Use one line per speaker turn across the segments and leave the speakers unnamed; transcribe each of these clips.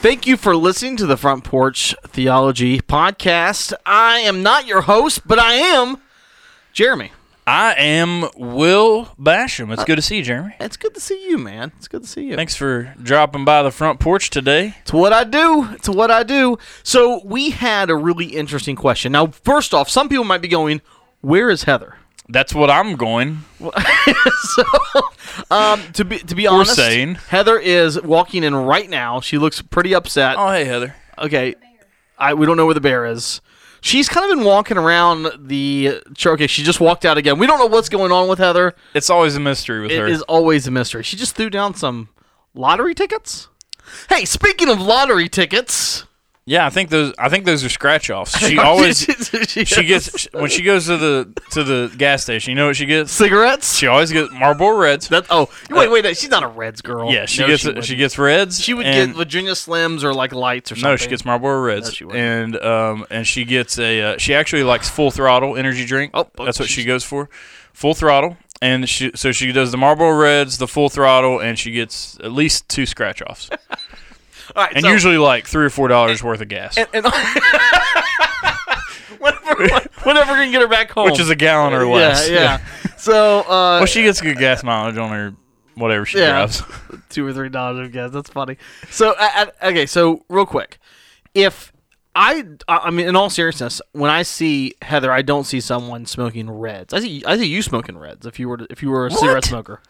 Thank you for listening to the Front Porch Theology Podcast. I am not your host, but I am Jeremy.
I am Will Basham.
Uh,
It's good to see you, Jeremy.
It's good to see you, man. It's good to see you.
Thanks for dropping by the front porch today.
It's what I do. It's what I do. So, we had a really interesting question. Now, first off, some people might be going, Where is Heather?
That's what I'm going.
so, um, to be to be honest,
sane.
Heather is walking in right now. She looks pretty upset.
Oh, hey, Heather.
Okay, I we don't know where the bear is. She's kind of been walking around the. Okay, she just walked out again. We don't know what's going on with Heather.
It's always a mystery with
It is
her.
always a mystery. She just threw down some lottery tickets. Hey, speaking of lottery tickets,
yeah, I think those. I think those are scratch offs. She always she gets when she goes to the to the gas station. You know what she gets?
cigarettes.
She always gets Marlboro Reds.
that, oh, wait, wait, wait, she's not a Reds girl.
Yeah, she
No,
gets she,
wouldn't.
gets Reds.
She would
and-
get Virginia Slims or like lights or something.
No, she gets Marlboro Reds,
she wouldn't.
and um, and she gets a uh, she actually likes Full Throttle energy drink.
Oh, oh,
that's what she
she's-
goes for, Full Throttle, and she so she does the Marlboro Reds, the Full Throttle, and she gets at least two scratch offs,
All right,
and
so-
usually like three or four dollars worth of gas,
and whenever, whenever we can get her back home,
which is a gallon or less.
Yeah, yeah. so uh,
well, she gets good gas mileage on her whatever she
Yeah.
drives.
two or three dollars of gas. That's funny. So I, I, okay, so real quick, if I, I I mean, in all seriousness, when I see Heather, I don't see someone smoking reds. I see, I see you smoking reds. If you were, to, if you were a cigarette smoker,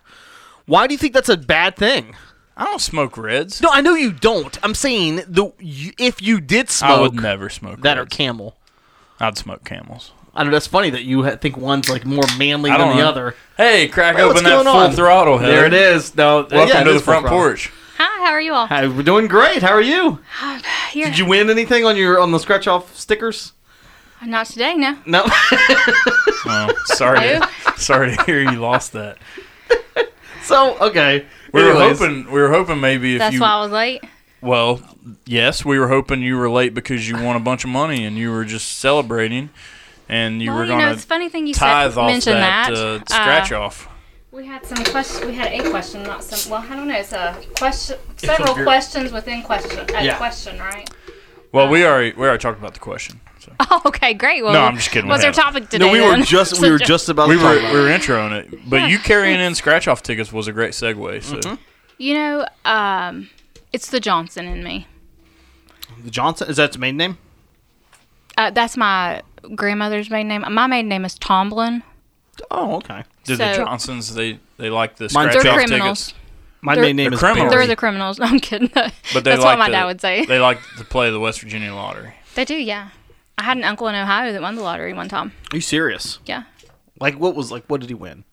why do you think that's a bad thing?
I don't smoke Reds.
No, I know you don't. I'm saying the you, if you did
I would
smoke
never smoke
that or
Reds.
Camel.
I'd smoke Camels.
I know that's funny that you ha- think one's like more manly
I
than
don't
the
know.
other.
Hey, crack
What's
open that
going
Full
on?
Throttle. Heather.
There it is. No,
Welcome
yeah, it
to the
is
front
Full Throttle.
porch.
Hi, how are you all?
Hi, we're doing great. How are you?
Here.
Did you win anything on your on the scratch off stickers?
Not today, no.
No.
Oh, sorry, to, sorry to hear you lost that.
so okay,
We were
Anyways.
hoping, we were hoping maybe if
That's
you,
why I was late.
well, yes, we were hoping you were late because you won a bunch of money and you were just celebrating, and you
well,
were
you know,
gonna
it's a funny thing you said,
tithe off
mentioned
that,
that.
Uh, scratch
Uh,
off.
we had some questions. We had a question, not some. Well, I don't know. It's a question.
one
Several
of your-
questions within question. A
Yeah.
question, right?
Well, we already we already talked about the question. So.
Oh, okay, great. Well,
No, I'm just kidding.
What's
We
our
haven't.
topic today?
no, we were
then?
just we
So
were
ju-
just about
We
to
were
talk about
we
it.
were introing it, but you carrying in scratch off tickets was a great segue. So
You know, um, it's the Johnson in me.
Johnson. Is that its main name?
Uh, that's my grandmother's maiden name. My maiden name is Tomlin.
Oh, okay.
did the
So-
Johnsons they they like the
Mine's-
scratch
They're
off
criminals.
tickets,
My
They're-
main name
They're
is
criminals.
They're
Barry.
the criminals. I'm kidding.
but they
that's
like
what my
the-
dad would say.
They like to play the West Virginia lottery.
They do, yeah. I had an uncle in Ohio that won the lottery one time.
Are you serious?
Yeah.
Like, what was like? What did he win?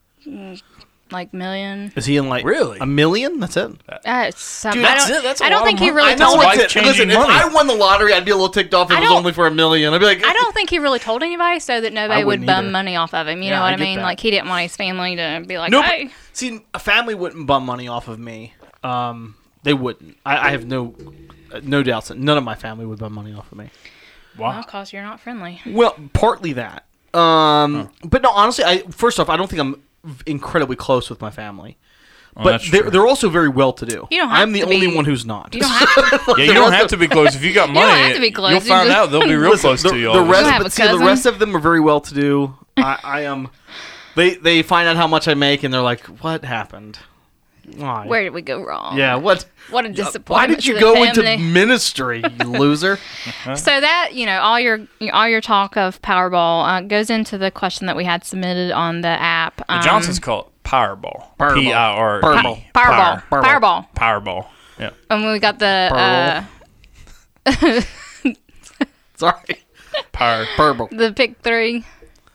Like million.
Is he in like
Really?
a million? That's it.
Uh, it's some,
Dude,
I
that's
don't,
it, that's a
I don't
lot of
think he
money.
really
I know
told
it's-
me.
it.
life-changing
Listen, if
money.
I won the lottery, I'd be a little ticked off if it
I
was
don't-
only for a million. I'd be like,
I don't think he really told anybody so that nobody would
wouldn't
bum
either.
money off of him. You
Yeah,
know what
I
I,
get
mean?
that.
Like he didn't want his family to be like,
Nope.
hey.
See, a family wouldn't bum money off of me. Um, they wouldn't. I, I have no, uh, no doubts that none of my family would bum money off of me.
Well, cause you're not friendly.
Well, partly that. Um, but no, honestly, I first off, I don't think I'm v- incredibly close with my family. but
Oh, that's
they're,
true.
they're also very well to do.
You don't have
I'm the
to
only
be-
one who's not.
You don't have to.
Yeah, you don't have to be close. If you got money,
don't have to be close.
you'll
You
find
just-
out they'll be real close
the,
to you.
the
all
rest,
have
but
a
see, the
cousin?
rest of them are very well to do. I, I am. They they find out how much I make and they're like, "What happened? Why?
Where did we go wrong?
Yeah, what?
What a disappointment.
Why did
to
you
the
go
family.
into ministry, you loser?
So that you know, all your all your talk of Powerball uh, goes into the question that we had submitted on the app.
The
Um,
Johnsons call it Powerball.
Powerball.
P I R E.
Powerball.
Powerball.
Power-
Powerball.
Powerball. Yeah.
And we got the uh,
Pearl. Sorry,
Power.
purple.
the pick three,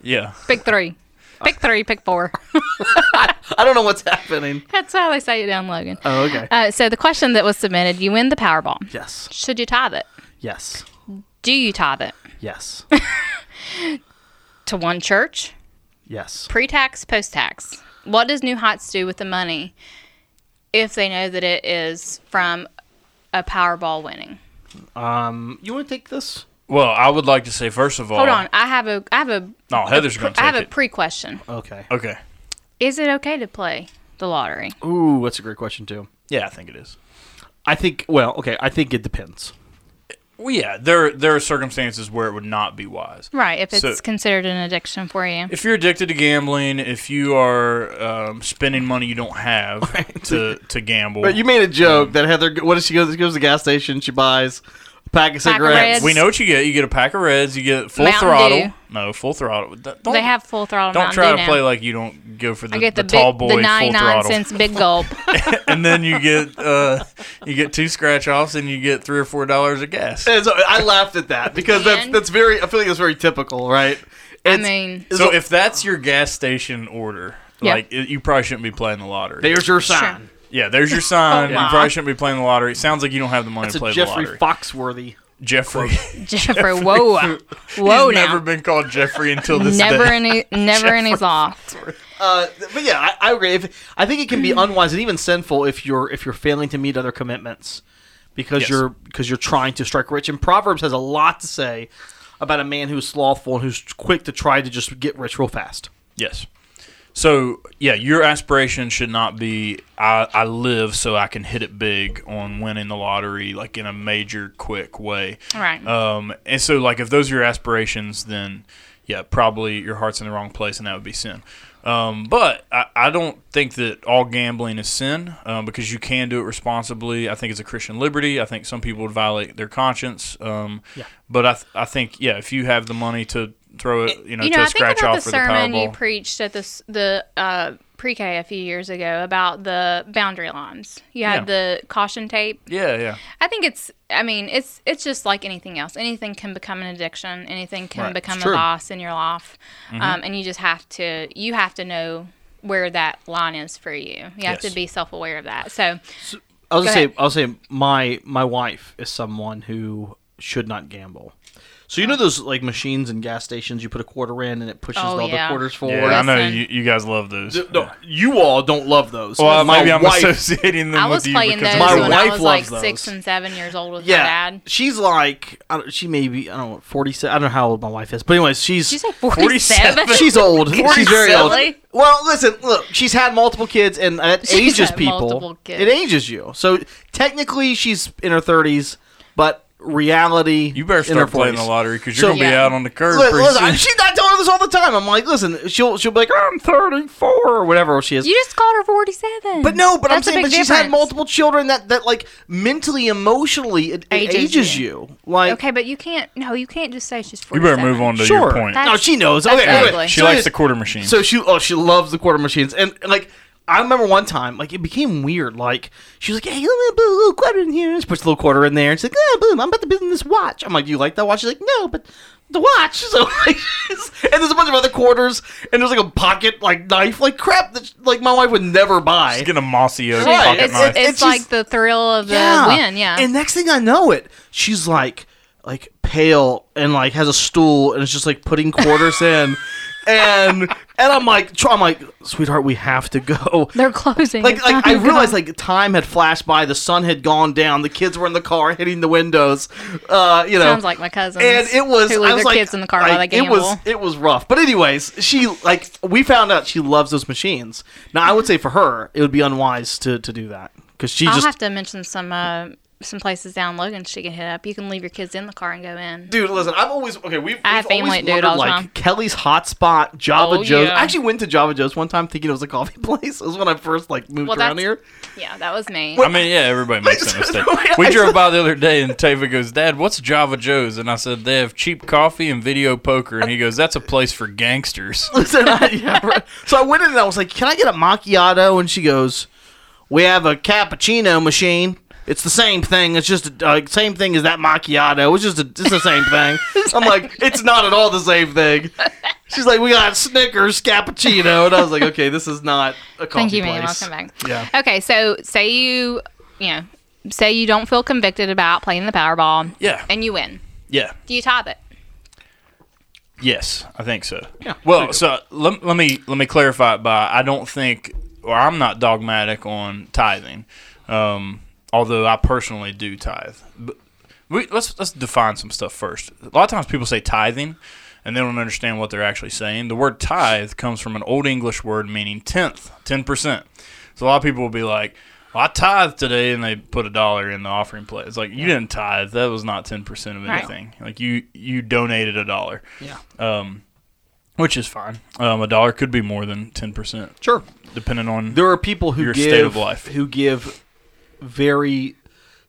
Yeah.
pick three, pick three, pick four.
I don't know what's happening.
That's how they say it down Logan.
Oh, okay.
Uh, so the question that was submitted: You win the Powerball.
yes,
Should you tithe it?
yes,
Do you tithe it
yes,
to one church,
yes.
pre-tax, post-tax? What does New Heights do with the money if they know that it is from a Powerball winning?
Um, you want to take this?
Well, I would like to say first of all.
Hold on, I have a, I have a,
No, Heather's going to
I have
take
a
it.
pre-question.
Okay.
Okay.
Is it okay to play the lottery?
Ooh, that's a great question too.
Yeah, I think it is.
I think. Well, okay. I think it depends.
Well, yeah, there there are circumstances where it would not be wise.
Right, if it's
So-
considered an addiction for you.
If you're addicted to gambling, if you are um, spending money you don't have to to gamble,
But you made a joke that Heather. What does she go? She goes to the gas station. She buys a pack of
Pack of
cigarettes.
Reds.
we know what you get. You get a pack of Reds. You get full
Mountain
throttle.
Dew.
No, full throttle. Th- Don't,
they have full throttle.
Don't
Mountain
try
Dew
to
now.
play like you don't go for the,
I get the,
the, tall
big,
boy
the
full
99
throttle,
cents big gulp.
and then you get uh, you get two scratch offs, and you get three or four dollars of gas.
And so I laughed at that because that's
And-
that's very. I feel like that's very typical, right?
I
It's-
mean,
So if that's your gas station order,
Yeah.
like it, you probably shouldn't be playing the lottery.
there's your sign.
yeah, there's your sign.
Oh, wow.
You probably shouldn't be playing the lottery. It sounds like you don't have the money
It's
to
a
play
Jeffrey
the lottery.
Foxworthy.
Jeffrey.
Jeffrey, whoa, whoa
He's never
now.
been called Jeffrey until this
Never
day.
any, never any's off.
Uh, but yeah, I, I agree. If, I think it can be unwise and even sinful if you're if you're failing to meet other commitments because
Yes.
you're because you're trying to strike rich. And Proverbs has a lot to say about a man who's slothful and who's quick to try to just get rich real fast.
Yes. So yeah, your aspiration should not be I, I live so I can hit it big on winning the lottery like in a major quick way.
Right.
Um, and so like if those are your aspirations, then yeah, probably your heart's in the wrong place, and that would be sin. Um, but I, I don't think that all gambling is sin um, because you can do it responsibly. I think it's a Christian liberty. I think some people would violate their conscience. Um,
Yeah.
But I, th- I think yeah, if you have the money to throw it, you know,
you know,
to
I
a
think
scratch
about
off
the
for the
sermon you
Powerball.
preached at this the uh, pre-K a few years ago about the boundary lines. You had
Yeah.
the caution tape.
yeah, yeah.
I think it's. I mean, it's it's just like anything else. Anything can become an addiction. Anything can
Right. Mm-hmm.
become
It's
a
true.
loss in your life, um, and you just have to. You have to know where that line is for you. You have
Yes.
to be self-aware of that. So,
I was
Go
gonna say,
ahead.
I was say, my my wife is someone who should not gamble. So you know those like machines and gas stations, you put a quarter in and it pushes
Oh,
all
yeah.
the quarters forward.
Yeah, I know
Listen.
you, you guys love those.
D- No, you all don't love those.
Well,
my
maybe I'm
wife,
associating them
I was
with you
playing
because
those
of
my
when I
wife
was like
loves
six
those.
and seven years old with
yeah,
my dad.
she's like, I don't, she may be, I don't know, forty-seven. I don't know how old my wife is, but anyways, she's
Did you say forty-seven?
she's old. she's very old.
Really?
Well, listen, look, she's had multiple kids, and it
She's
ages
had
people.
multiple kids.
It ages you. So technically, she's in her thirties, but reality,
You better
in her
start playing
40s.
the lottery because you're
So-
gonna be
Yeah.
out on the curb
Look,
pretty
listen, I,
soon.
she, I tell her this all the time. I'm like, listen, she'll she'll be like, I'm 34 or whatever she is.
You just called her forty-seven.
But no, but
That's a
I'm saying,
big
but she's had
difference.
multiple children that that like mentally, emotionally, it, it
Ages
ages, you. Like,
Okay, but you can't. No, you can't just say she's
you
forty-seven.
better move on to
sure,
your point.
That's-
no, she knows.
that's
Okay, anyway,
ugly.
she
so
likes
it's-
the quarter machine.
So she, oh, she loves the quarter machines, and like. I remember one time, like it became weird. Like she was like, "Hey, let me put a little quarter in here." She puts a little quarter in there, and she's like, "Ah, boom! I'm about to build this watch." I'm like, "Do you like that watch?" She's like, "No, but the watch." So like, and there's a bunch of other quarters, and there's like a pocket like knife, like crap that like my wife would never buy.
She's getting a mossy oak
Right,
pocket
It's,
knife.
it's,
It's
like
just-
the thrill of the win. Yeah.
And next thing I know it, she's like like pale and like has a stool and it's just like putting quarters in. And and I'm like tr- I'm like, sweetheart, we have to go.
They're closing.
Like
It's
like
not
I
gone.
realized like time had flashed by, the sun had gone down, the kids were in the car hitting the windows. Uh, you know
sounds like my cousins.
and it was
who
I
leave
was
their
like,
kids in the car while they
like, it
gamble.
was it was rough. But anyways, she like we found out she loves those machines. Now I would say for her, it would be unwise to to do that because she
I'll
just
have to mention some uh, some places down Logan she can hit up. You can leave your kids in the car and go in.
Dude, listen, I've always okay. We've,
I have
we've
family
always
that do it
wondered,
all the
like
time.
Kelly's Hotspot, Java
Oh,
Joe's.
yeah.
I actually went to Java Joe's one time thinking it was a coffee place. It was when I first like moved
Well,
around
that's-
here.
Yeah, that was me.
I mean, yeah, everybody makes that mistake.
I
We drove
said-
by the other day, and Tava goes, "Dad, what's Java Joe's?" And I said, "They have cheap coffee and video poker." And he goes, "That's a place for gangsters."
Listen, I, yeah, right. So I went in and I was like, "Can I get a macchiato?" And she goes, "We have a cappuccino machine." It's the same thing. It's just uh, same thing as that macchiato. It's just a, it's the same thing. I'm like, it's not at all the same thing. She's like, we got Snickers, cappuccino, and I was like, okay, this is not a coffee
Thank you,
place.
ma'am. I'll come back.
Yeah.
Okay, so say you, you know, say you don't feel convicted about playing the Powerball.
Yeah.
And you win.
Yeah.
Do you top it?
Yes, I think so.
Yeah,
Well, so let, let me let me clarify it by I don't think or I'm not dogmatic on tithing, um, although I personally do tithe. But we, let's let's define some stuff first. A lot of times people say tithing, and they don't understand what they're actually saying. The word tithe comes from an old English word meaning tenth, ten percent. So a lot of people will be like. "Well, I tithe today, and they put a dollar in the offering plate. It's like you didn't tithe. That was not ten percent of
Right.
anything. Like you you donated a dollar,
Yeah.
um, which is fine. Um, a dollar could be more than ten percent,
Sure.
depending on
There are people who
Your
give
state of life.
who give very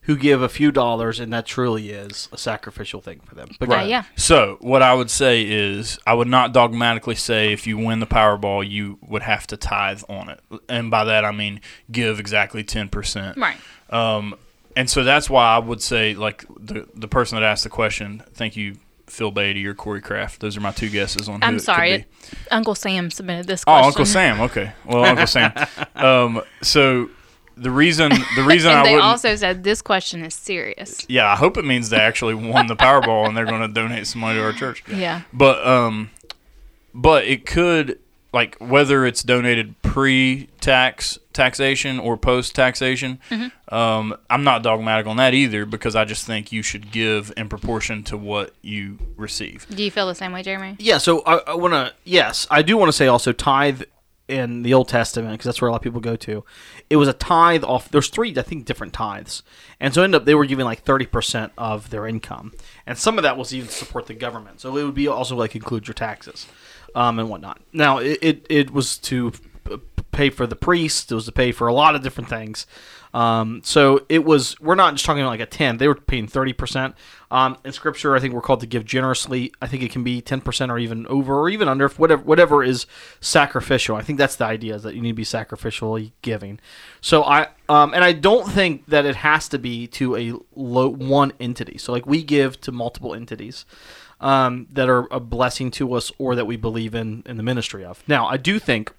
who give a few dollars and that truly is a sacrificial thing for them. But
Right. yeah.
So what I would say is I would not dogmatically say if you win the Powerball you would have to tithe on it, and by that I mean give exactly ten percent.
Right.
Um, and so that's why I would say like the the person that asked the question. Thank you, Phil Beatty or Corey Kraft. Those are my two guesses on. who
I'm
it could
sorry.
be.
Uncle Sam submitted this
Oh,
question.
Uncle Sam. Okay. Well, Uncle Sam. Um, so the reason the reason I
And they
wouldn't.
also said this question is serious.
yeah, I hope it means they actually won the Powerball and they're going to donate some money to our church.
Yeah.
But um, but it could like whether it's donated pre-tax taxation or post-taxation.
Mm-hmm.
Um, I'm not dogmatic on that either because I just think you should give in proportion to what you receive.
Do you feel the same way, Jeremy?
Yeah, so I, I want to. Yes, I do want to say also tithe in the Old Testament because that's where a lot of people go to. It was a tithe off. There's three, I think, different tithes, and so end up they were giving like thirty percent of their income, and some of that was even to support the government. So it would be also like include your taxes, um, and whatnot. Now it it, it was to p- pay for the priest. It was to pay for a lot of different things. Um, so it was. We're not just talking about like a ten. They were paying thirty percent. Um, in scripture, I think we're called to give generously. I think it can be ten percent or even over or even under, if whatever whatever is sacrificial. I think that's the idea is that you need to be sacrificially giving. So I um, and I don't think that it has to be to a low one entity. So like we give to multiple entities um, that are a blessing to us or that we believe in in the ministry of. Now I do think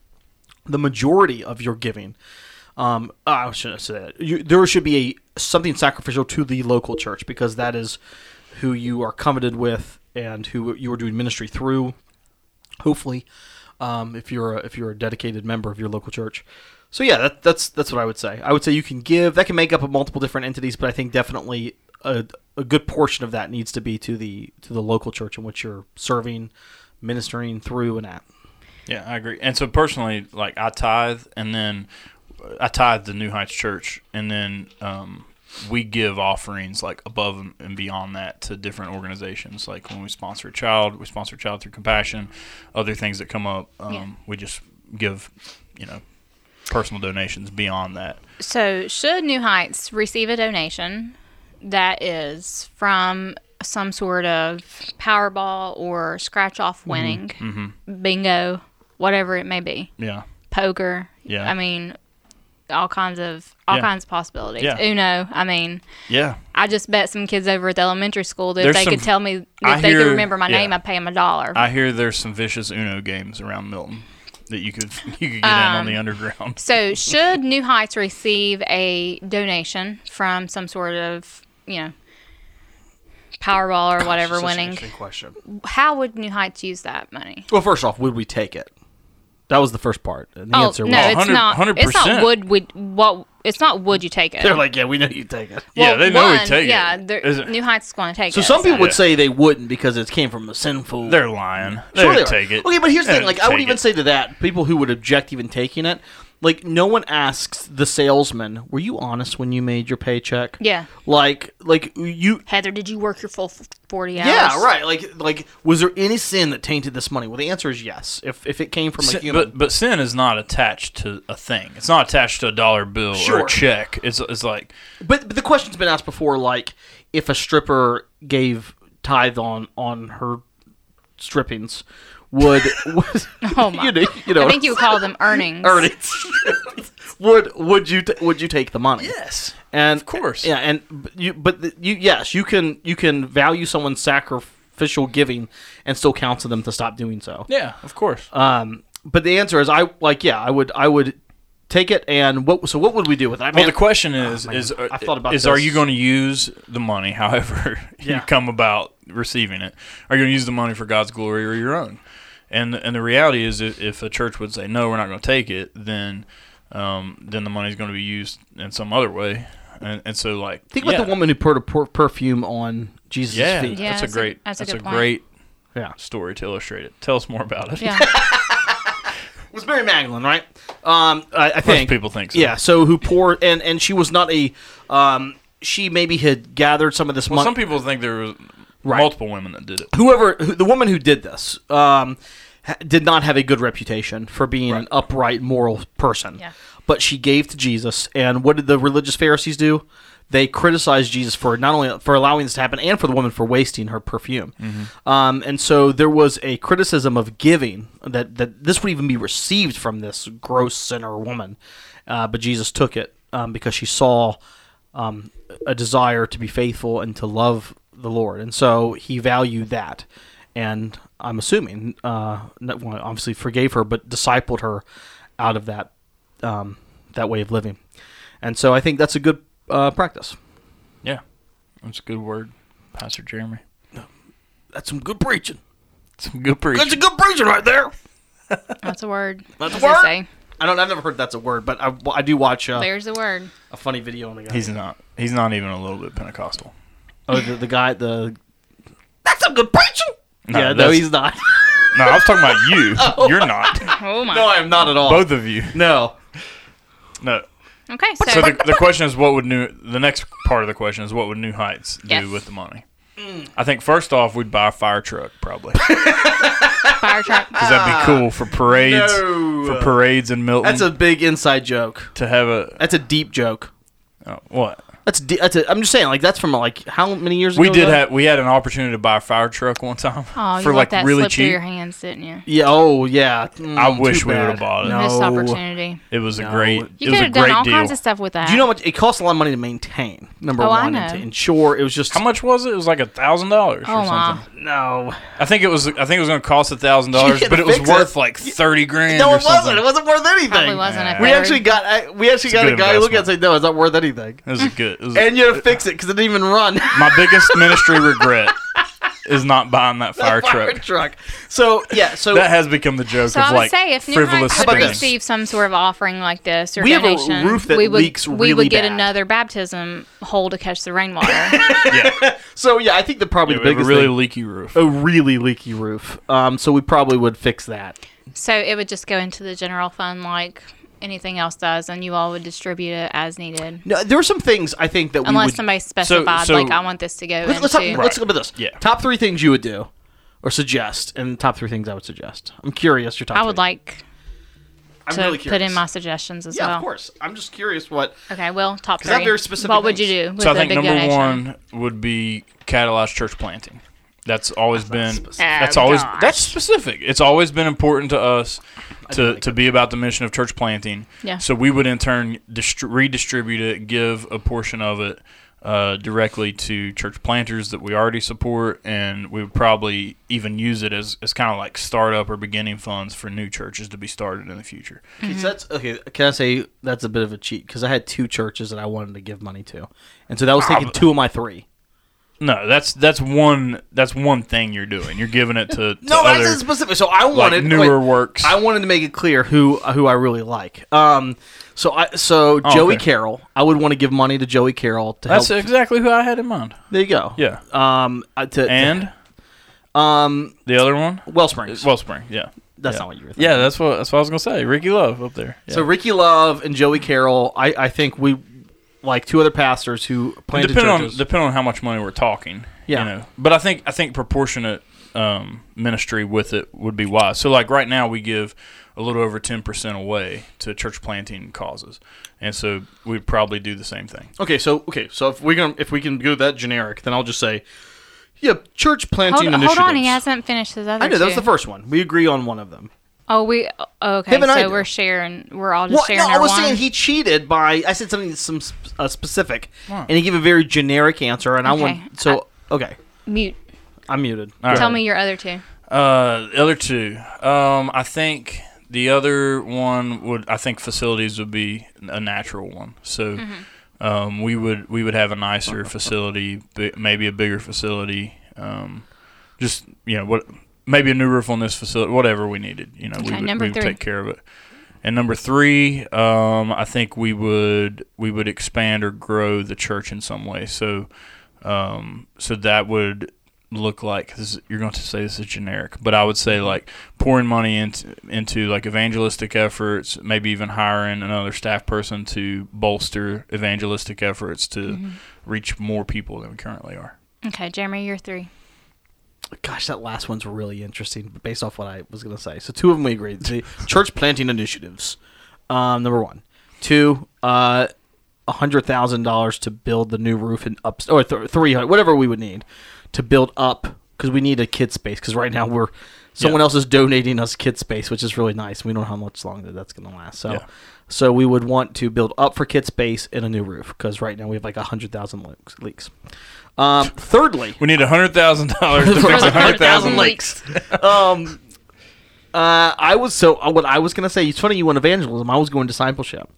the majority of your giving. Um, I shouldn't say that. You, there should be a something sacrificial to the local church because that is who you are coveted with and who you are doing ministry through. Hopefully, um, if you're a, if you're a dedicated member of your local church. So yeah, that, that's that's what I would say. I would say you can give that can make up of multiple different entities, but I think definitely a, a good portion of that needs to be to the to the local church in which you're serving, ministering through and at.
Yeah, I agree. And so personally, like I tithe, and then I tithe the New Heights Church, and then um, we give offerings like above and- and beyond that to different organizations. Like when we sponsor a child, we sponsor a child through compassion. Other things that come up, um,
Yeah.
we just give, you know, personal donations beyond that.
So, should New Heights receive a donation that is from some sort of Powerball or scratch off
Mm-hmm.
winning, bingo, whatever it may be,
Yeah,
poker?
Yeah.
I mean, all kinds of all
Yeah.
kinds of possibilities.
Yeah.
Uno. I mean,
yeah.
I just bet some kids over at the elementary school that
There's
if they
some-
could tell me that
I
they could
hear-
remember my
yeah.
name, I'd pay them a dollar.
I hear there's some vicious Uno games around Milton that you could you could get in
Um,
on the underground.
So, should New Heights receive a donation from some sort of, you know, Powerball or
That's
whatever
such an
winning,
interesting question.
how would New Heights use that money?
Well, first off, would we take it? That was the first part. And the
oh
answer
no,
was
it's
100
not. It's not
100%.
would we what? It's not would you take it?
they're like, yeah, we know you take it.
yeah,
Well,
they know
one,
we take
yeah,
it.
they're-
Isn't-
New Heights is going to take
So
it.
some people would
Yeah.
say they wouldn't because it came from a sinful.
They're lying. They
Sure
would
they are.
take it.
Okay, but here's the
They
thing. Like, I would
take
even
it.
say to that people who would object even taking it, like, no one asks the salesman, "Were you honest when you made your paycheck?"
Yeah.
Like, like you.
Heather, did you work your full f- forty hours?
Yeah, right. Like, like, was there any sin that tainted this money? Well, the answer is yes. If if it came from a
Sin-
human,
but but sin is not attached to a thing. It's not attached to a dollar bill or
Sure.
a check. It's it's like
But, but the question's been asked before, like if a stripper gave tithe on on her strippings, would, would
Oh my.
you know, you know
I think you would call them earnings.
earnings would would you t- would you take the money?
yes.
and of
course.
yeah, and but you but the, you yes you can you can value someone's sacrificial giving and still counsel them to stop doing so.
Yeah, of course.
Um, but the answer is I like yeah I would I would take it and what so what would we do with it? I
well,
mean,
the question is is
oh, I
are,
thought about
is are
this.
you going to use the money, however you
Yeah.
come about receiving it? Are you going to use the money for God's glory or your own? And and the reality is, if, if a church would say no, we're not going to take it, then um, then the money's going to be used in some other way. And, and so like
think about
yeah.
the woman who poured a per- perfume on Jesus'
Yeah,
feet.
Yeah,
that's a great that's a,
good point.
great
Yeah.
story to illustrate it. Tell us more about it.
Yeah.
was Mary Magdalene, right? Um, I, I think
people think so.
Yeah. So who poured and and she was not a. Um, she maybe had gathered some of this
Well,
money.
some people think there was multiple women that did it.
whoever who, the woman who did this um, ha- did not have a good reputation for being an upright moral person
Yeah.
but she gave to jesus and what did the religious pharisees do they criticized jesus for not only for allowing this to happen and for the woman for wasting her perfume um, and so there was a criticism of giving that, that this would even be received from this gross sinner woman uh, but jesus took it um, because she saw um, a desire to be faithful and to love the Lord, and so he valued that. And I'm assuming, uh, not, well, obviously, forgave her, but discipled her out of that um, that way of living. And so I think that's a good uh, practice.
Yeah, that's a good word, Pastor Jeremy.
That's some good preaching.
Some good preaching.
That's a good preaching right there.
That's a word.
That's a
as they
word?
say.
I don't. I've never heard that's a word, but I, I do watch uh,
There's the word.
a funny video on the guy.
He's not. He's not even a little bit Pentecostal.
oh, the, the guy the. That's some good preaching.
No,
yeah, no,
that's-
he's not.
No, I was talking about you. You're not.
Oh my.
no, I am not at all.
Both of you.
No.
No.
okay, so,
So the, the question is, what would new? The next part of the question is, what would New Heights do
Yes.
with the money?
Mm.
I think first off, we'd buy a fire truck probably. Because
fire truck.
that'd be cool for parades,
Ah. No.
for parades in Milton.
That's a big inside joke.
to have a
That's a deep joke.
oh, what?
That's de- that's. A, I'm just saying, like that's from like how many years ago?
We did
was that?
have we had an opportunity to buy a fire truck one time
Oh, you
for
let
like
that
really
slip through your
cheap.
hands, didn't you?
Yeah. Oh yeah. Mm,
I
too
wish we
bad.
would've bought it.
No.
Missed opportunity.
It was a
No.
great.
You
It was
You could
a
have done
great
all
deal.
kinds of stuff with that.
Do you know what? It costs a lot of money to maintain. Number
Oh, I
one, and to
know.
insure. It was just
How much was it? It was like a thousand dollars
Oh,
or
my.
something.
no.
I think it was. I think it was going to cost a thousand
You
dollars,
can
but it was
fix it.
worth like thirty grand.
No, it
or
wasn't. It
something.
wasn't worth anything.
Probably wasn't.
Yeah.
a
We
third.
actually got. I, we actually got
good
a guy look at it and
investment. Uh,
said, "No, it's not worth anything."
It was good. It was,
And you had to fix it because it didn't even run.
my biggest ministry regret is not buying that fire,
Fire
truck.
truck. So yeah. So
That has become the joke
So
of
I would
like
say if New
frivolous
Heights would
about
spending.
this?
receive some sort of offering like this or
We have a
donation,
roof that
we would,
leaks
we
really
would get
bad.
another baptism hole to catch the rainwater.
Yeah,
so yeah, I think the probably
we
the
have a
biggest
really
thing-
leaky roof.
a really leaky roof. Um. So we probably would fix that.
so it would just go into the general fund like anything else does, and you all would distribute it as needed.
No, there were some things I think that we
Unless
would.
somebody specified,
so-
like, I want this to go
let's,
into.
let's, talk, let's
Right.
look at this.
Yeah.
Top three things you would do, or suggest, and top three things I would suggest. I'm curious. Your top.
I would
three.
like
I'm
to
really
put
curious.
in my suggestions as
Yeah,
well.
of course. I'm just curious what.
Okay, well, top
'Cause
three.
I have very specific
what would you
things.
do with
So I
the
think
big
number
donation?
one would be catalyzed church planting. That's always been
specific.
that's
Oh,
always
gosh.
that's specific. It's always been important to us to, to be about the mission of church planting.
Yeah.
So we would in turn dist- redistribute it, give a portion of it uh, directly to church planters that we already support, and we would probably even use it as, as kind of like startup or beginning funds for new churches to be started in the future.
Okay, so that's okay. Can I say that's a bit of a cheat because I had two churches that I wanted to give money to, and so that
Ah,
was taking two of my three.
No, that's that's one that's one thing you're doing. You're giving it to, to
No,
other,
that's not specific. So I wanted
newer
wait,
works.
I wanted to make it clear who who I really like. Um, so I so Joey
Oh, okay.
Carroll, I would want to give money to Joey Carroll to
That's
help.
exactly who I had in mind.
There you go.
Yeah.
Um, I- to, to-
And
um,
the other one,
Well Springs.
Wellspring. Yeah,
that's
yeah.
not what you were thinking.
Yeah, that's what that's what I was gonna say. Ricky Love up there. Yeah.
So Ricky Love and Joey Carroll, I, I think we like two other pastors who planted
depending on
churches.
depending on how much money we're talking.
Yeah.
You know, but I think I think proportionate um, ministry with it would be wise. So like right now we give a little over ten percent away to church planting causes, and so we'd probably do the same thing.
okay, so okay, so if we can if we can go that generic, then I'll just say, yeah, church
Hold,
planting
hold
initiatives.
on, he hasn't finished his other
I know that was
two.
the first one. We agree on one of them.
Oh, we oh, okay.
Him and I
So
do.
we're sharing. We're all just
Well,
sharing
no, I
our
was
one.
saying he cheated by I said something some sp- uh, specific, and he gave a very generic answer, and I
Okay,
want so okay,
Mute.
I'm muted.
All
Tell
right.
me your other two.
Uh, the other two. Um, I think the other one would. I think facilities would be a natural one. So,
Mm-hmm.
um, we would we would have a nicer facility, bi- maybe a bigger facility. Um, just you know what, maybe a new roof on this facility, whatever we needed. You know,
Okay,
we would,
number
we would
three.
take care of it. And number three, um, I think we would we would expand or grow the church in some way. So, um, so that would look like because you're going to say this is generic, but I would say like pouring money into into like evangelistic efforts, maybe even hiring another staff person to bolster evangelistic efforts to reach more people than we currently are.
Okay, Jeremy, you're three.
Gosh, that last one's really interesting based off what I was going to say. So, two of them we agreed. The church planting initiatives, um, number one. Two, uh, $100,000 to build the new roof and up, or th- 300 whatever we would need to build up because we need a kid space because right now we're, someone
Yeah.
else is donating us kid space, which is really nice. We don't know how much longer that's going to last. So,
Yeah.
so we would want to build up for kid space and a new roof because right now we have like 100,000 leaks. leaks. Um, thirdly,
We need hundred thousand dollars to
for
fix
100,000
hundred thousand leaks.
leaks. um, uh, I was so uh, what I was gonna say. It's funny you went evangelism. I was going discipleship.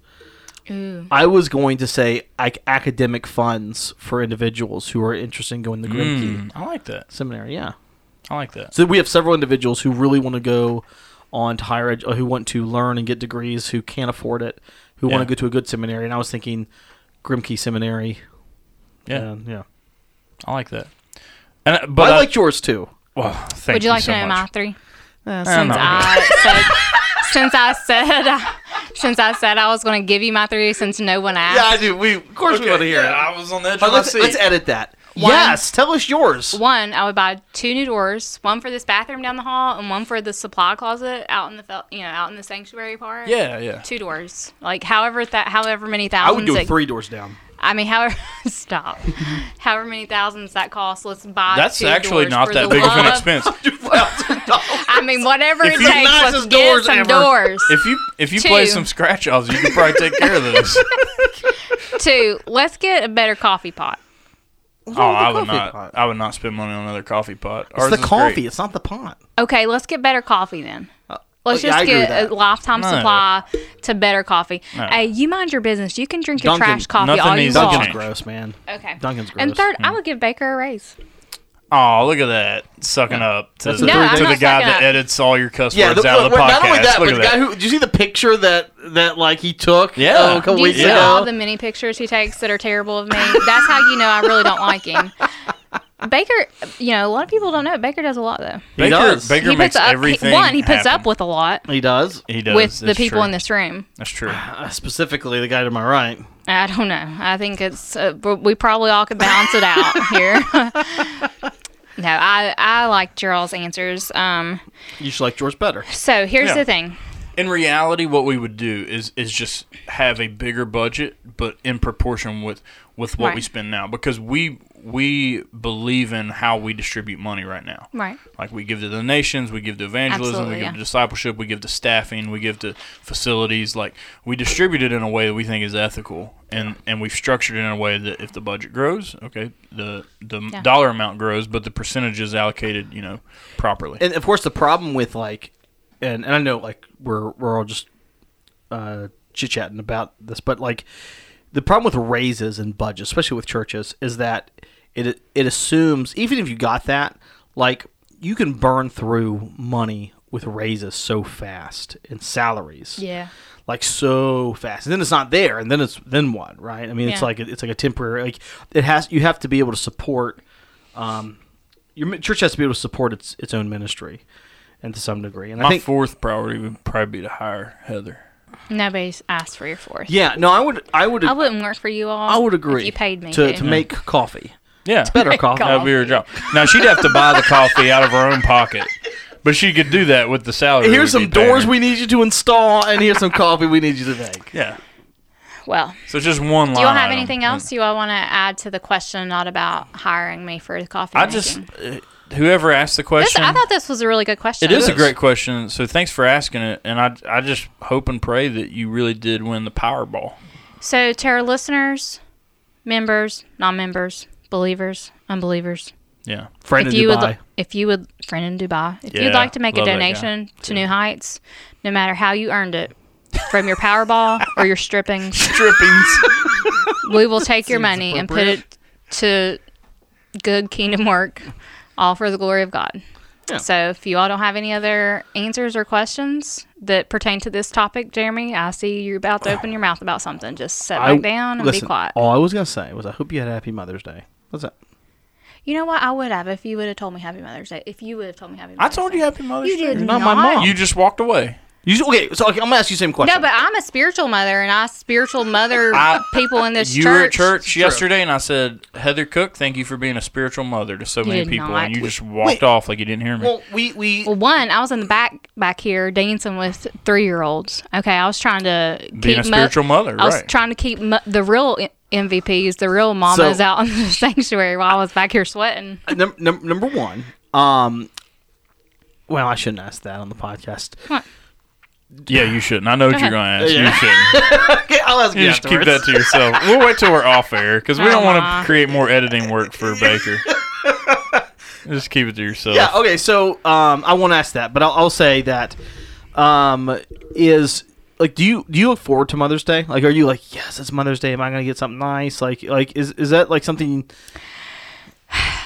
Ooh.
I was going to say like academic funds for individuals who are interested in going to Grimke
Mm, I like that.
Seminary. Yeah.
I like that.
So we have several individuals who really want to go on to higher ed, who want to learn and get degrees, who can't afford it, who want
Yeah.
to go to a good seminary. And I was thinking Grimke Seminary.
Yeah,
and, yeah.
I like that. And uh,
But
but
I, like yours too.
Well, thank
Would you like
so
to know
much. Um,
my three?
I'm
Uh, Since
not
I said, since I said, since I said I was going to give you my three, since no one asked.
do. We of course
Okay, yeah, I was on the edge
But
of my
let's,
seat.
let's edit that.
One-
Yes, tell us yours.
One, I would buy two new doors, one for this bathroom down the hall, and one for the supply closet out in the fel- you know out in the sanctuary part.
yeah, yeah.
two doors, like however that however many
I
thousands.
would do
it-
it three doors down.
I mean, however stop, however many thousands that costs. Let's buy.
That's
two
actually
doors
not
for
that
the
big of an
love-
expense.
I mean, whatever
If
it
you-
takes,
Nicest
let's
doors
get some
ever.
doors.
If you if you play
Two.
some scratch offs, you could probably take care of those.
Two, let's get a better coffee pot.
oh, I would
coffee
not.
pot?
I would not spend money on another coffee pot.
It's
Ours
the
is great.
coffee. It's not the pot.
Okay, let's get better coffee then. Let's
Oh, yeah, I
just
agree with
get
that.
a lifetime
No.
supply to better coffee.
No.
Hey, you mind your business. You can drink your
Dunkin'-
trash coffee
nothing
all you
needs to
want.
Duncan's
change.
gross, man.
Okay.
Duncan's gross.
And third, I would give Baker a raise.
Oh, look at that sucking up to,
That's a
the,
No, three I'm
to
not
the guy
sucking
that
up.
edits all your cuss
yeah,
words
the,
out of the podcast.
not only that,
look
but the
at
guy who did you see the picture that that like he took?
Yeah.
uh, a couple
Do you
weeks
see
ago.
all the mini pictures he takes that are terrible of me? That's how you know I really don't like him. Baker, you know, a lot of people don't know. Baker does a lot though.
He
Baker,
does.
Baker
he
makes
puts up he-
everything.
one. He puts
happen.
up with a lot
he does.
He does.
with the
that's
people
true.
in this room.
That's true.
Uh, specifically, the guy to my right.
I don't know. I think it's uh, b- we probably all could balance it out here. no, I I like Gerald's answers. Um,
You should like George better.
so here's
Yeah.
the thing.
in reality what we would do is is just have a bigger budget but in proportion with with what we
Right.
spend now because we we believe in how we distribute money right now
Right.
like we give to the nations we give to evangelism
Absolutely,
we give
yeah.
to discipleship we give to staffing we give to facilities like we distribute it in a way that we think is ethical and and we've structured it in a way that if the budget grows okay the the
Yeah.
dollar amount grows but the percentage is allocated you know properly
and of course the problem with like and, and i know like we're we're all just uh chit-chatting about this but like the problem with raises and budgets especially with churches is that it it assumes even if you got that like you can burn through money with raises so fast and salaries
Yeah.
like so fast and then it's not there and then it's then what right i mean it's
Yeah.
like it's like a temporary like it has you have to be able to support your mi- church has to be able to support its its own ministry, and to some degree. And I
my
think,
fourth priority would probably be to hire heather
Nobody's asked for your fourth.
yeah, no, I would, I would,
I
I would,
wouldn't work for you all. if
agree.
you paid me
to,
to.
to make coffee.
Yeah,
Better coffee.
That would be her job. Now she'd have to buy the coffee out of her own pocket, but she could do that with the salary.
Here's
we'd
some
be paying
doors
her.
we need you to install, and here's some coffee we need you to make.
Yeah.
Well,
So just one line.
do you all have
item.
anything else you all want to add to the question? Not about hiring me for the coffee.
I
making?
just uh, whoever asked the
This,
question.
I thought this was a really good question.
it is a
is.
great question. So thanks for asking it, and I I just hope and pray that you really did win the Powerball.
So, to our listeners, members, non-members, believers, unbelievers,
Yeah.
Friend
if
in
you
Dubai.
would, if you would, friend in Dubai, if
Yeah,
you'd like to make a
love that guy.
donation to New Heights, no matter how you earned it, from your Powerball or your strippings,
Strippings.
we will take your money and put it to good kingdom work, all for the glory of God.
Yeah.
So, if you all don't have any other answers or questions that pertain to this topic, Jeremy, I see you're about to open your mouth about something. Just sit back down and
listen,
be quiet.
All I was gonna say was, I hope you had a happy Mother's Day. What's that?
You know what? I would have if you would have told me Happy Mother's Day. If you would have told me Happy
I
Mother's
told
Day.
you Happy Mother's
You
Day.
did
Not my
not.
mom.
You just walked away.
You, okay, so okay, I'm gonna ask you the same question.
No, but I'm a spiritual mother, and I spiritual mother
I-
people in this
you
church.
were at church yesterday, and I said, "Heather Cook, thank you for being a spiritual mother to so many
did
people,"
not.
and you just walked off like you didn't hear me.
well, we we
Well, one, I was in the back back here dancing with three year olds. Okay, I was trying to
being a
keep mo-
spiritual mother,
I was
right?
trying to keep mo- the real i- MVPs, the real mamas,
So-
out in the sanctuary while I was back here sweating.
uh, num- num- number one. Um, well, I shouldn't ask that on the podcast.
yeah, you shouldn't. I know what you're going to ask.
Yeah.
You shouldn't.
Okay, I'll ask
You
you
just keep
afterwards.
that to yourself. We'll wait till we're off air because we don't want
Uh-huh.
to create more editing work for Baker. just keep it to yourself.
Yeah. Okay. So um, I won't ask that, but I'll, I'll say that um, is like, do you do you look forward to Mother's Day? Like, are you like, yes, it's Mother's Day. Am I gonna get something nice? Like, like is is that like something?
I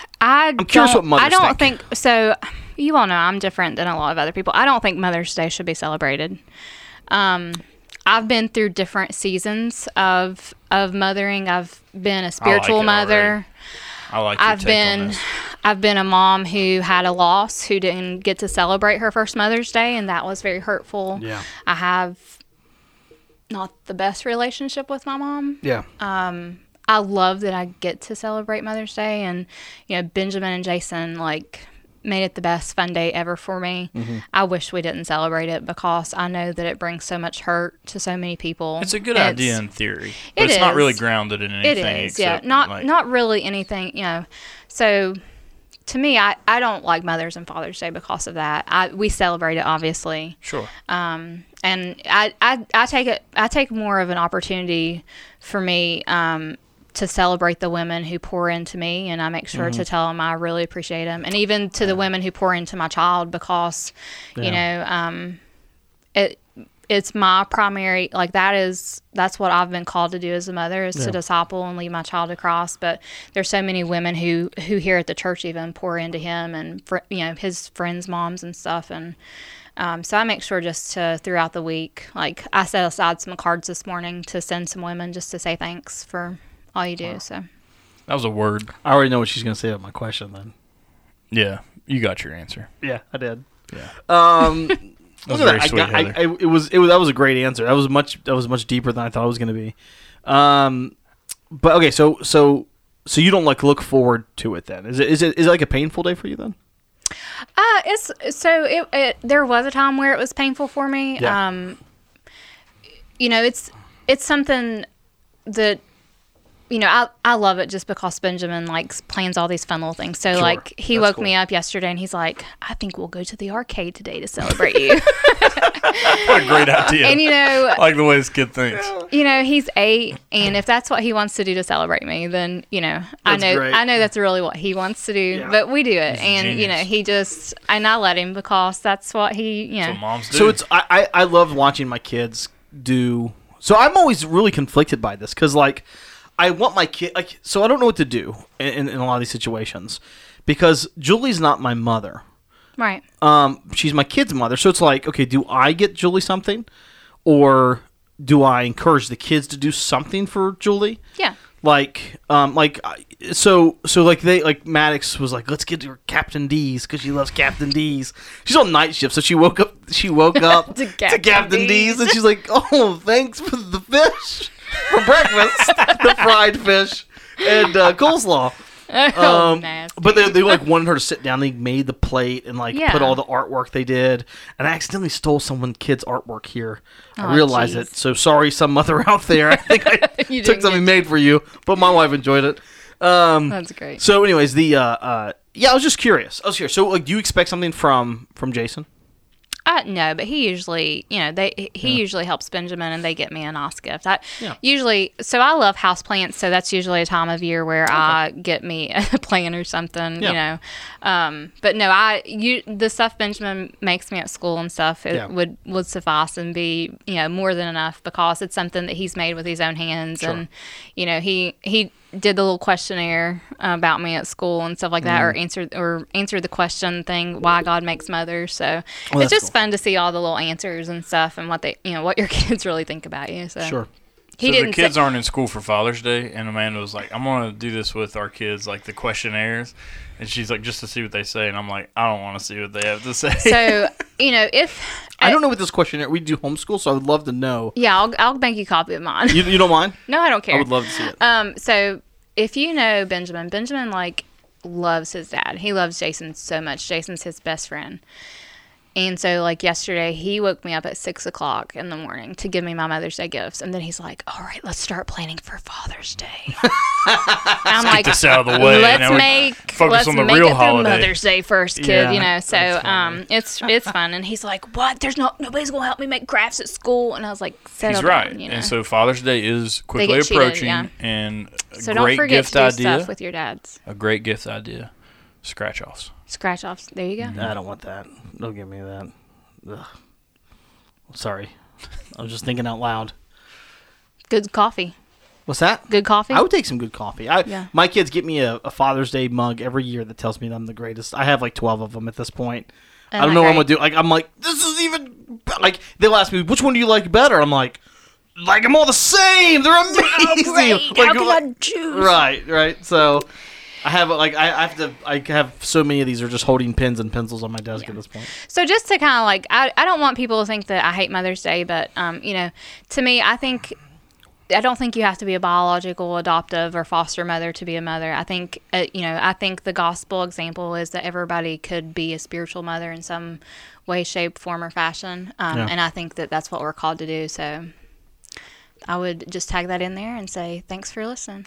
I'm curious what
don't-
mothers
I don't think. so. You all know I'm different than a lot of other people. I don't think Mother's Day should be celebrated. Um, I've been through different seasons of of mothering. I've been a spiritual
it
mother.
already. I like your
I've
take on
been
this.
I've been a mom who had a loss who didn't get to celebrate her first Mother's Day and that was very hurtful.
Yeah.
I have not the best relationship with my mom.
Yeah.
I love that I get to celebrate Mother's Day and you know Benjamin and Jason like made it the best fun day ever for me.
Mm-hmm.
I wish we didn't celebrate it because I know that it brings so much hurt to so many people.
It's a good
It's-
idea in theory,
it
but it's not really
is.
grounded in
it
anything.
is yeah
except,
not
like-
not really anything you know so to me I, I don't like mother's and father's day because of that I, we celebrate it obviously
sure.
um, and I, I, I take it i take more of an opportunity for me um, to celebrate the women who pour into me and i make sure to tell them i really appreciate them and even to the women who pour into my child because you know um, it it's my primary like that is that's what I've been called to do as a mother is to disciple and lead my child across but there's so many women who who here at the church even pour into him and fr- you know his friends moms and stuff and um, so I make sure just to throughout the week like I set aside some cards this morning to send some women just to say thanks for all you do so
That was a word.
I already know what she's gonna say about my question. Then.
Yeah, you got your answer.
Yeah, I did.
Yeah.
Um,
That was
look at
very
that. I
sweet,
got- I-
Heather.
I- it was it was that was a great answer. That was much that was much deeper than I thought it was gonna be. Um, but okay, so so so you don't like look forward to it then? Is it is it is it like a painful day for you then?
Uh, it's so it, it there was a time where it was painful for me.
Yeah.
Um, you know, it's it's something that you know I I love it just because Benjamin likes plans all these fun little things. So
Sure.
like he
That's
woke
cool.
me up yesterday and he's like, I think we'll go to the arcade today to celebrate you.
What a great idea.
and you know,
I like the way this kid thinks.
you know he's eight and if that's what he wants to do to celebrate me then you know i
That's
know
great.
i know that's really what he wants to do but we do it and you know
genius.
he just and i let him because that's what he you know
That's what moms do.
So it's I, I I love watching my kids do. So I'm always really conflicted by this because like I want my kid like so I don't know what to do in, in, in a lot of these situations because Julie's not my mother.
right
Um, she's my kid's mother, so it's like okay, do I get Julie something, or do I encourage the kids to do something for Julie?
yeah
like um like I- so so like they like Maddox was like let's get her Captain D's because she loves Captain D's. She's on night shift, so she woke up she woke up
To
to,
Captain
Captain
D's.
D's. and she's like, oh thanks for the fish for breakfast, the fried fish and uh, coleslaw.
Oh,
Um,
nasty.
but they, they like wanted her to sit down. They made the plate and like put
Yeah.
all the artwork they did. And I accidentally stole someone kid's artwork here.
Aw,
I realized
jeez.
it. So sorry, some mother out there. I think I
You didn't
took something made for you, but my wife enjoyed it. Um,
that's great
so, anyways, the uh, uh, yeah, I was just curious. I was curious. So, like, do you expect something from from Jason?
Uh, no, but he usually, you know, they he usually helps Benjamin and they get me a nice gift. I
Yeah.
usually, so I love houseplants, so that's usually a time of year where I get me a plant or something,
Yeah.
you know. Um, but no, I you the stuff Benjamin makes me at school and stuff it
Yeah.
would would suffice and be you know more than enough because it's something that he's made with his own hands and you know he he did the little questionnaire about me at school and stuff like that
Mm.
or answered or answered the question thing why god makes mothers so
Well,
it's
that's
just fun to see all the little answers and stuff and what they you know what your kids really think about you so He
so
didn't
the kids
say,
aren't in school for Father's Day, and Amanda was like, "I'm gonna do this with our kids, like the questionnaires," and she's like, "Just to see what they say," and I'm like, "I don't want to see what they have to say."
so you know if uh,
I don't know what this questionnaire. We do homeschool, so I would love to know.
yeah, I'll, I'll make you a copy of mine.
You, you don't mind?
no, I don't care.
I would love to see it.
Um, so if you know Benjamin, Benjamin like loves his dad. He loves Jason so much. Jason's his best friend. And so like yesterday he woke me up at six o'clock in the morning to give me my Mother's Day gifts. And then he's like, All right, let's start planning for Father's Day. And I'm like
Get this out of the way.
Let's
now we
make
focus
let's
on the
make
real
it
holiday.
through Mother's Day first, kid.
Yeah,
you know, so
that's funny.
um, it's it's fun. And he's like, "What? There's no nobody's gonna help me make crafts at school." And I was like, "Settle
He's right,
down," you know?
and so Father's Day is quickly
get cheated,
approaching,
yeah.
and a
So don't
great
forget
gift
to do
idea.
stuff with your dads.
a great gift idea. Scratch offs.
Scratch offs. There you go.
I don't want that. Don't give me that. Ugh. I'm sorry. I was just thinking out loud.
Good coffee.
What's that?
Good coffee.
I would take some good coffee. I,
Yeah.
My kids get me a, a Father's Day mug every year that tells me that I'm the greatest. I have like 12 of them at this point. I don't
my
know what I'm going
God.
to do. Like, I'm like, this is even. be-" Like, they'll ask me, which one do you like better? I'm like, like them all the same. They're amazing. Like,
choose?
right, right. So. I have like I, I have to I have so many of these are just holding pens and pencils on my desk at this point.
So just to kind of like, I, I don't want people to think that I hate Mother's Day, but um, you know, to me, I think I don't think you have to be a biological, adoptive, or foster mother to be a mother. I think uh, you know, I think the gospel example is that everybody could be a spiritual mother in some way, shape, form, or fashion, um,
Yeah.
and I think that that's what we're called to do. So I would just tag that in there and say thanks for listening.